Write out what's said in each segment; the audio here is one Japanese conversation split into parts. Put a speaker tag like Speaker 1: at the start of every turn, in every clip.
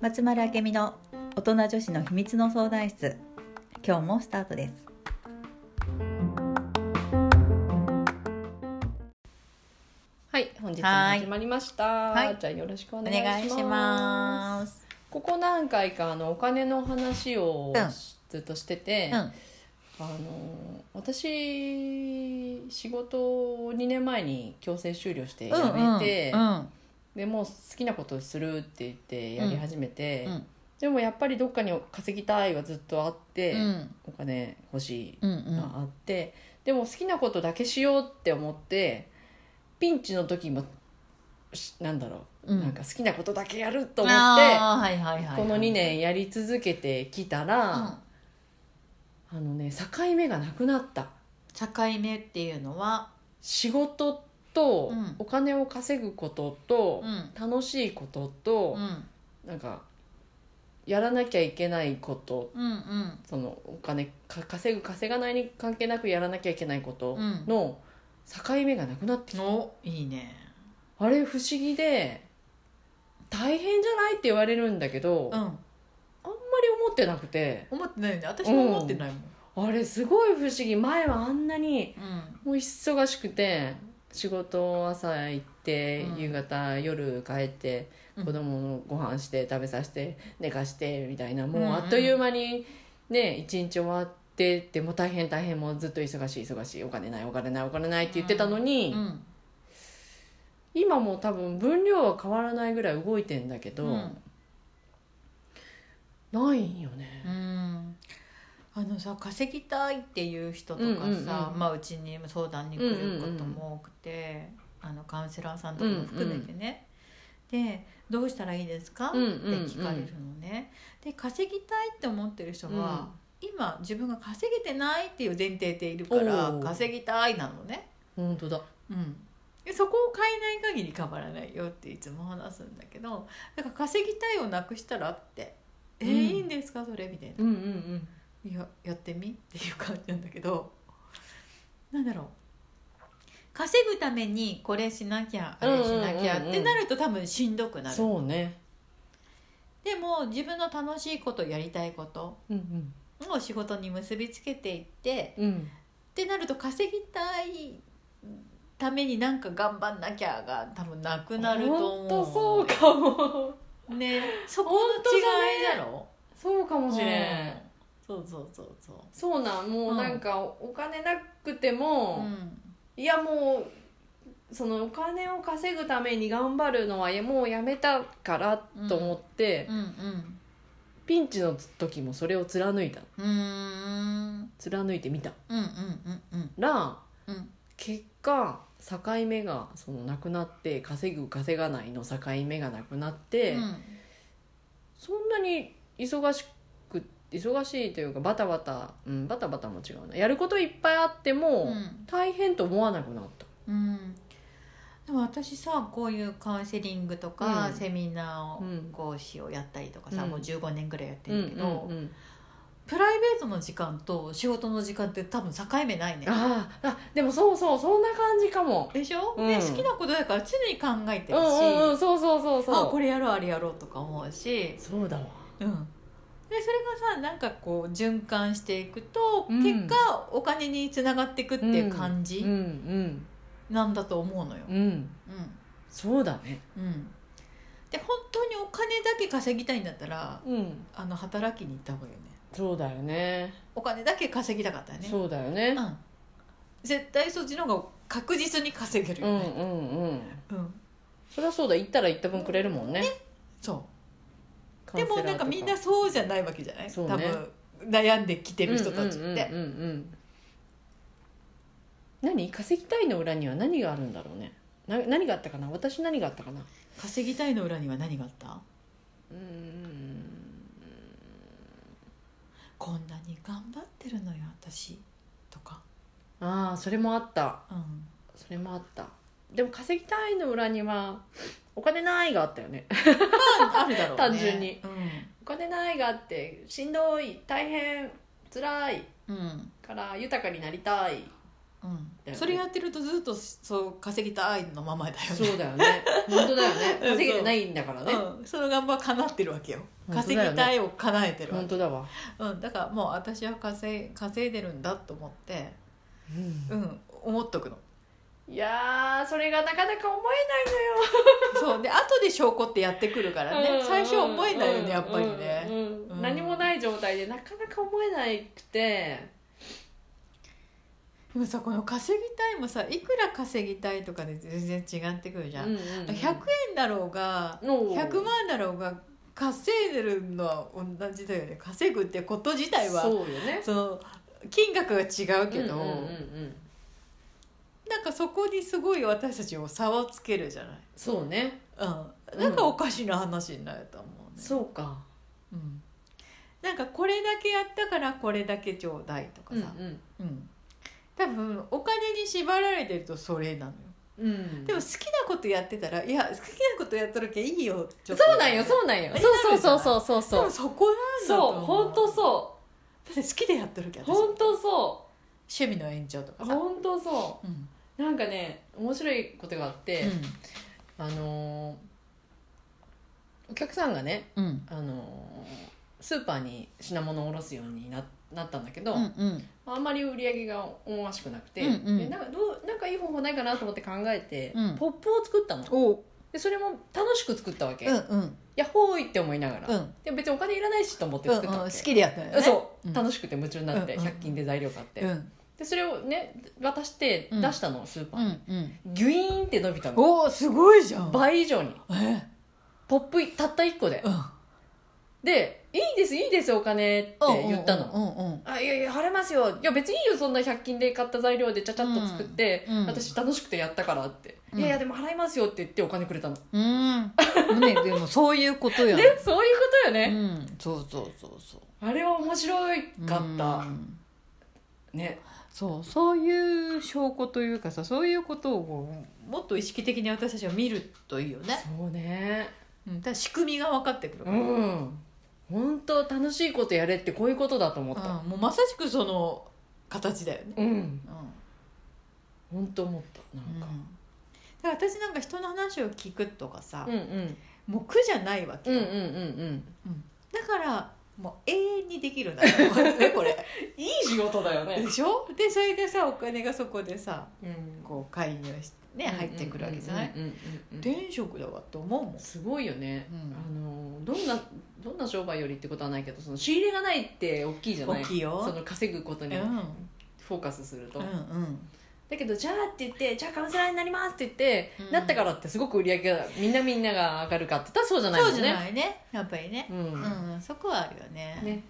Speaker 1: 松丸明美の大人女子の秘密の相談室今日もスタートです
Speaker 2: はい、本日も
Speaker 1: はい
Speaker 2: 始まりました。
Speaker 1: はい
Speaker 2: じゃあよろしくお
Speaker 1: お
Speaker 2: 願いします。
Speaker 1: す
Speaker 2: ここ何回かあのお金の話を
Speaker 1: うん
Speaker 2: ずっとしてて、
Speaker 1: うん
Speaker 2: あの私仕事を2年前に強制終了して辞
Speaker 1: うん
Speaker 2: めて、
Speaker 1: うんうん
Speaker 2: でもう好きなことをするって言ってやり始めて、
Speaker 1: うん
Speaker 2: でもやっぱりどっかに稼ぎたいはずっとあって、
Speaker 1: うん
Speaker 2: お金欲しい
Speaker 1: うん
Speaker 2: があって、でも好きなことだけしようって思ってピンチの時もしなんだろう、
Speaker 1: うん
Speaker 2: なんか好きなことだけやると思って
Speaker 1: あーはいはいはいはい
Speaker 2: この2年やり続けてきたら、あのね境目がなくなった
Speaker 1: うん境目っていうのは
Speaker 2: 仕事と
Speaker 1: うん
Speaker 2: お金を稼ぐことと
Speaker 1: うん
Speaker 2: 楽しいことと
Speaker 1: う、ん
Speaker 2: なんかやらなきゃいけないこと
Speaker 1: うんうん
Speaker 2: そのお金か稼ぐ稼がないに関係なくやらなきゃいけないこと
Speaker 1: うん
Speaker 2: の境目がなくなってきた
Speaker 1: おいいね
Speaker 2: あれ不思議で大変じゃないって言われるんだけど、
Speaker 1: う
Speaker 2: あんま
Speaker 1: ん
Speaker 2: り思ってなくて
Speaker 1: 思ってないよね私も思ってないもん
Speaker 2: あれすごい不思議前はあんなに
Speaker 1: うん
Speaker 2: もう忙しくて仕事朝行って、
Speaker 1: うん
Speaker 2: 夕方夜帰って
Speaker 1: うん
Speaker 2: 子供のご飯して食べさせて寝かしてみたいなもうんうあっという間にね一日終わってってもう大変大変もうずっと忙しい忙しいお金ないお金ないお金ないって言ってたのに、
Speaker 1: うん
Speaker 2: 今もう多分分量は変わらないぐらい動いてんだけど、
Speaker 1: うん
Speaker 2: ないんよ
Speaker 1: う
Speaker 2: ね。
Speaker 1: んあのさ稼ぎたいっていう人とかさ、
Speaker 2: うんうんうん
Speaker 1: まあ、うちに相談に来ることも多くて、あのカウンセラーさんとかも含めてね、で「どうしたらいいですか?」って
Speaker 2: うんうんうん
Speaker 1: 聞かれるのね。で稼ぎたいって思ってる人は、今自分が稼げてないっていう前提でいるから
Speaker 2: おー
Speaker 1: 稼ぎたいなのね。
Speaker 2: 本当だ。
Speaker 1: うん、でそこを変えない限り変わらないよっていつも話すんだけどだから稼ぎたいをなくしたらって「えー
Speaker 2: うん
Speaker 1: いいんですかそれ」みたいな。
Speaker 2: うんうんうん。
Speaker 1: いややってみっていう感じなんだけどなんだろう稼ぐためにこれしなきゃあれしなきゃ
Speaker 2: うんうんうんうん
Speaker 1: ってなると多分しんどくなる
Speaker 2: そうね。
Speaker 1: でも自分の楽しいことやりたいこと
Speaker 2: うん
Speaker 1: を仕事に結びつけていって
Speaker 2: うん。うん。
Speaker 1: ってなると稼ぎたいためになんか頑張んなきゃが多分なくなると思う
Speaker 2: 本当そうかも。
Speaker 1: ねそこの違いだろ
Speaker 2: そうかもしれん。
Speaker 1: うんそうそうそうそう
Speaker 2: そうなん。もうなんかお金なくても、
Speaker 1: ん
Speaker 2: いやもうそのお金を稼ぐために頑張るのはもうやめたからと思って、
Speaker 1: うんうん
Speaker 2: ピンチの時もそれを貫いた。
Speaker 1: うーん
Speaker 2: 貫いてみた
Speaker 1: うんうんうんうん
Speaker 2: ら
Speaker 1: うん
Speaker 2: 結果境目がそのなくなって稼ぐ稼がないの境目がなくなって、そんなに忙しく忙しいというかバタバタ、うん、バタバタも違うなやることいっぱいあっても、
Speaker 1: うん
Speaker 2: 大変と思わなくなった。
Speaker 1: うんでも私さこういうカウンセリングとか、
Speaker 2: うん
Speaker 1: セミナ
Speaker 2: う
Speaker 1: ー
Speaker 2: ん
Speaker 1: を講師をやったりとかさ、
Speaker 2: うん
Speaker 1: もう15年ぐらいやって
Speaker 2: うん
Speaker 1: るけど、
Speaker 2: うんうん
Speaker 1: プライベートの時間と仕事の時間って多分境目ないね
Speaker 2: あーあでもそうそうそんな感じかも。
Speaker 1: でしょ、
Speaker 2: うん
Speaker 1: で好きなことだから常に考えて
Speaker 2: うん
Speaker 1: るし、
Speaker 2: うんうんそうそうそうそ
Speaker 1: あ
Speaker 2: う。
Speaker 1: これやろうあれやろうとか思うし、
Speaker 2: そうだわ。
Speaker 1: うん、でそれがさなんかこう循環していくと、
Speaker 2: うん
Speaker 1: 結果お金につながっていくっていう感
Speaker 2: う
Speaker 1: じ
Speaker 2: ん
Speaker 1: なんだと思うのよ。
Speaker 2: うんうん
Speaker 1: うん
Speaker 2: そうだね。
Speaker 1: うん、で本当にお金だけ稼ぎたいんだったら
Speaker 2: うん
Speaker 1: あの働きに行った方がいいよね
Speaker 2: そうだよね。
Speaker 1: お金だけ稼ぎたかったらね
Speaker 2: そうだよね。
Speaker 1: ん、絶対そっちの方が確実に稼げる
Speaker 2: うん
Speaker 1: よ
Speaker 2: う
Speaker 1: ね、
Speaker 2: んうん。
Speaker 1: うん
Speaker 2: そりゃそうだ行ったら行った分くれるもんね
Speaker 1: そうでもなんかみんな
Speaker 2: っ
Speaker 1: そうじゃないわけじゃない、
Speaker 2: そうね
Speaker 1: 多分悩んできて
Speaker 2: て
Speaker 1: る人たちって、
Speaker 2: うんうんうんうんうん何稼ぎたいの裏には何があるんだろうねな何があったかな私何があったかな
Speaker 1: 稼ぎたいの裏には何があった
Speaker 2: うーん
Speaker 1: こんなに頑張ってるのよ私とか、
Speaker 2: ああそれもあった
Speaker 1: うん、
Speaker 2: それもあったでも稼ぎたいの裏にはお金ないがあったよね
Speaker 1: あるだろうね
Speaker 2: 単純に
Speaker 1: う
Speaker 2: お金ないがあってしんどい大変辛い
Speaker 1: んうん
Speaker 2: から豊かになりたい
Speaker 1: うん
Speaker 2: だよね
Speaker 1: それやってるとずっとそう稼ぎたいのままだよね
Speaker 2: そうだよね本当だよね稼げてないんだからね
Speaker 1: うん、その願望は叶ってるわけよ
Speaker 2: 本当
Speaker 1: 稼
Speaker 2: だよね
Speaker 1: ぎたいを叶えてるわけ、
Speaker 2: 本当だわ、
Speaker 1: うん、だからもう私は稼い稼いでるんだと思って、
Speaker 2: う
Speaker 1: うん、思っとくの
Speaker 2: ん、いやーそれがなかなか思えないのよ
Speaker 1: そうで後で証拠ってやってくるからね、
Speaker 2: うんうん
Speaker 1: 最初は思えないよねやっぱりね、
Speaker 2: うんうん
Speaker 1: うん
Speaker 2: 何もない状態でなかなか思えないくて
Speaker 1: でもさこの稼ぎたいもさいくら稼ぎたいとかで全然違ってくるじゃん、100円だろうが
Speaker 2: の
Speaker 1: 100万だろうが稼いでるのは同じだよね稼ぐってこと自体は
Speaker 2: そう
Speaker 1: そ
Speaker 2: よね
Speaker 1: の金額が違うけど、
Speaker 2: うんうんうんうん
Speaker 1: なんかそこにすごい私たちを差をつけるじゃない、
Speaker 2: そうね
Speaker 1: うん、なんかおかしな話になると思うね、
Speaker 2: そうか
Speaker 1: うん、なんかこれだけやったからこれだけちょうだいとかさ、
Speaker 2: うん
Speaker 1: うん多分お金に縛られてるとそれなのよ
Speaker 2: うんうん
Speaker 1: でも好きなことやってたらいや好きなことやっとるけいいよち
Speaker 2: そ
Speaker 1: ょっ
Speaker 2: う
Speaker 1: と
Speaker 2: なんよそうなんよ
Speaker 1: え
Speaker 2: そうそうそうそう
Speaker 1: で
Speaker 2: そ
Speaker 1: も
Speaker 2: う
Speaker 1: そこなんだと
Speaker 2: そう
Speaker 1: 思
Speaker 2: 本当そう
Speaker 1: だって好きでやっとるけ
Speaker 2: う
Speaker 1: ど
Speaker 2: 本当そ
Speaker 1: 趣味の延長とか
Speaker 2: う
Speaker 1: さ
Speaker 2: 本当そ
Speaker 1: うん
Speaker 2: うなんかね面白いことがあって、
Speaker 1: う
Speaker 2: あのーお客さんがね、
Speaker 1: んうん
Speaker 2: あのースーパーに品物を卸すようにななったんだけど、
Speaker 1: うん
Speaker 2: あんまり売り上げが思わしくなくて、
Speaker 1: うんうん
Speaker 2: でなんかどうなんかいい方法ないかなと思って考えて、
Speaker 1: うん
Speaker 2: ポップを作ったの
Speaker 1: おう
Speaker 2: でそれも楽しく作ったわけ、
Speaker 1: うん
Speaker 2: や
Speaker 1: うん
Speaker 2: っほーいって思いながら、
Speaker 1: うん
Speaker 2: で別にお金いらないしと思って
Speaker 1: うんう
Speaker 2: 作
Speaker 1: ん
Speaker 2: ったわけ、
Speaker 1: 好きでやったよね
Speaker 2: そう、
Speaker 1: うん
Speaker 2: 楽しくて夢中になって、
Speaker 1: うんうん
Speaker 2: 100均で材料買って、
Speaker 1: うん
Speaker 2: でそれをね渡して
Speaker 1: うん
Speaker 2: 出したの、スーパ
Speaker 1: う
Speaker 2: ーに、
Speaker 1: んうん
Speaker 2: ギュイーンって伸びたの
Speaker 1: おおすごいじゃん
Speaker 2: 倍以上に
Speaker 1: え
Speaker 2: ポップたった1個で
Speaker 1: うん
Speaker 2: で「いいですいいですお金」って言ったの、
Speaker 1: うんうん
Speaker 2: あいやいや払いますよいや別にいいよそんな100均で買った材料でちゃちゃっと作って、
Speaker 1: うんうん
Speaker 2: 私楽しくてやったからって、
Speaker 1: うん
Speaker 2: いやいやでも払いますよって言ってお金くれたの、
Speaker 1: うんうんねでもそういうことやん
Speaker 2: でそういうこ
Speaker 1: う
Speaker 2: とよね、
Speaker 1: んそうそうそうそう
Speaker 2: あれは面白いかった
Speaker 1: う、ん
Speaker 2: ね
Speaker 1: そうそういう証拠というかさそういうことをこうもっと意識的に私たちは見るといいよね、
Speaker 2: そうね
Speaker 1: うん、ただ仕組みが分かってくる
Speaker 2: う
Speaker 1: から、うん
Speaker 2: ん本当楽しいことやれってこういうことだと思った
Speaker 1: もうまさしくその形だよね、
Speaker 2: うん、
Speaker 1: うん
Speaker 2: 本当思ったなん
Speaker 1: だ
Speaker 2: か、
Speaker 1: から私なんか人の話を聞くとかさ、
Speaker 2: うん、うん
Speaker 1: もう苦じゃないわけ
Speaker 2: うんうん
Speaker 1: よ、
Speaker 2: うんうん
Speaker 1: だからもう永遠にできるんだと思うよねこれ
Speaker 2: いい仕事だよ ね
Speaker 1: でしょでそれでさお金がそこでさ
Speaker 2: うん
Speaker 1: こう介入してね入ってくるわけじゃない、
Speaker 2: うんうんうんうん
Speaker 1: 転職だわと思うもん
Speaker 2: すごいよね、
Speaker 1: うん
Speaker 2: あのどんなどんな商売よりってことはないけどその仕入れがないって大きいじゃない
Speaker 1: 大きいよ
Speaker 2: その稼ぐこと
Speaker 1: うん
Speaker 2: に
Speaker 1: うん
Speaker 2: フォーカスすると、
Speaker 1: うん
Speaker 2: だけどじゃあって言ってじゃあカウンセラーになりますって言って、
Speaker 1: うん
Speaker 2: なったからってすごく売り上げがみんなみんなが上がるかって言ったらそうじゃないも
Speaker 1: そ
Speaker 2: ん
Speaker 1: うじ
Speaker 2: ね
Speaker 1: ゃないねやっぱりね
Speaker 2: う
Speaker 1: うんん、そこはあるよね
Speaker 2: ねあるよね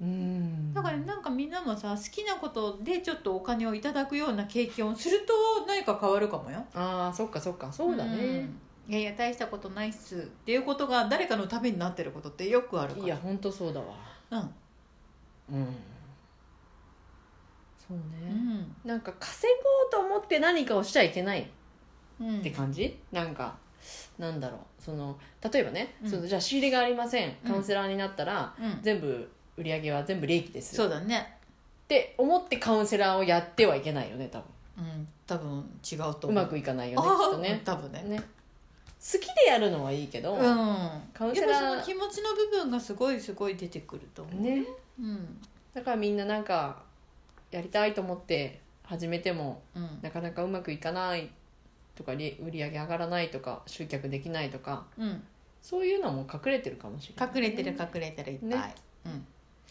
Speaker 1: うんうん
Speaker 2: うん
Speaker 1: うんだからなんかみんなもさ好きなことでちょっとお金をいただくような経験をすると何か変わるかもよ
Speaker 2: ああそっかそっかそうだね、
Speaker 1: うんいやいや大したことないっすっていうことが誰かのためになってることってよくあるから
Speaker 2: いや本当そうだわ
Speaker 1: うん
Speaker 2: うんそうね、
Speaker 1: うん
Speaker 2: なんか稼ごうと思って何かをしちゃいけない
Speaker 1: うん
Speaker 2: って感じ、なんかなんだろうその例えばね、
Speaker 1: うん
Speaker 2: そのじゃあ仕入れがありません
Speaker 1: うん
Speaker 2: カウンセラーになったら、
Speaker 1: うん
Speaker 2: 全部売り上げは全部利益です
Speaker 1: そう
Speaker 2: っ
Speaker 1: だね
Speaker 2: て思ってカウンセラーをやってはいけないよね多
Speaker 1: うん多分違うと
Speaker 2: 分うまくいかないよねき
Speaker 1: あ
Speaker 2: っと
Speaker 1: ー
Speaker 2: ね
Speaker 1: 多分ね
Speaker 2: ね好きでやるのはいいけど、
Speaker 1: うん
Speaker 2: カウン
Speaker 1: や
Speaker 2: セ
Speaker 1: っ
Speaker 2: ラ
Speaker 1: ぱ
Speaker 2: ー
Speaker 1: その気持ちの部分がすごいすごい出てくると思う、
Speaker 2: ね
Speaker 1: うん
Speaker 2: だからみんななんかやりたいと思って始めても
Speaker 1: うん
Speaker 2: なかなかうまくいかないとかり売り上げ上がらないとか集客できないとか
Speaker 1: うん、
Speaker 2: そういうのも隠れてるかもしれない、
Speaker 1: 隠れてる隠れてるいっぱい、
Speaker 2: ね
Speaker 1: うん、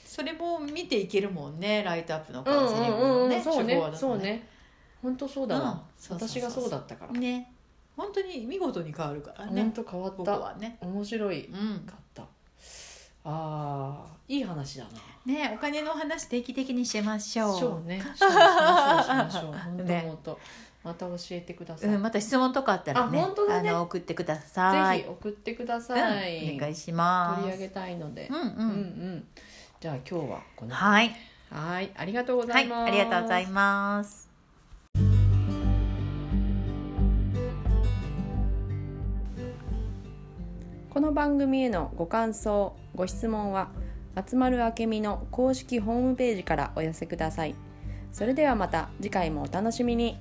Speaker 1: それも見ていけるもんねライトアップの
Speaker 2: う
Speaker 1: カウンセリング
Speaker 2: んう
Speaker 1: の
Speaker 2: んうん
Speaker 1: ね
Speaker 2: そう
Speaker 1: 手
Speaker 2: ね
Speaker 1: 法だと
Speaker 2: そうね本当そう
Speaker 1: う
Speaker 2: だ
Speaker 1: ん
Speaker 2: わ
Speaker 1: そうそうそう
Speaker 2: 私がそうだったから
Speaker 1: ね本当に見事に変わるから
Speaker 2: 本
Speaker 1: ね
Speaker 2: 当変わっ
Speaker 1: ここ
Speaker 2: た
Speaker 1: はね、
Speaker 2: 面白い
Speaker 1: うん、
Speaker 2: かったあーいい話だな
Speaker 1: ねお金の話定期的にしましょう
Speaker 2: そ うねしましょうしましょう本当
Speaker 1: ね
Speaker 2: 本当また教えてください
Speaker 1: うん、また質問とかあったらね
Speaker 2: あ本当だね
Speaker 1: の送ってください
Speaker 2: ぜひ送ってください
Speaker 1: うん、お願
Speaker 2: 取
Speaker 1: いします
Speaker 2: り上げたいので
Speaker 1: うんう、
Speaker 2: うんんうんじゃあ今日はこの
Speaker 1: はい
Speaker 2: はいありがとうござ
Speaker 1: はいい
Speaker 2: ます
Speaker 1: ありがとうございます
Speaker 2: この番組へのご感想ご質問は松丸明美の公式ホームページからお寄せくださいそれではまた次回もお楽しみに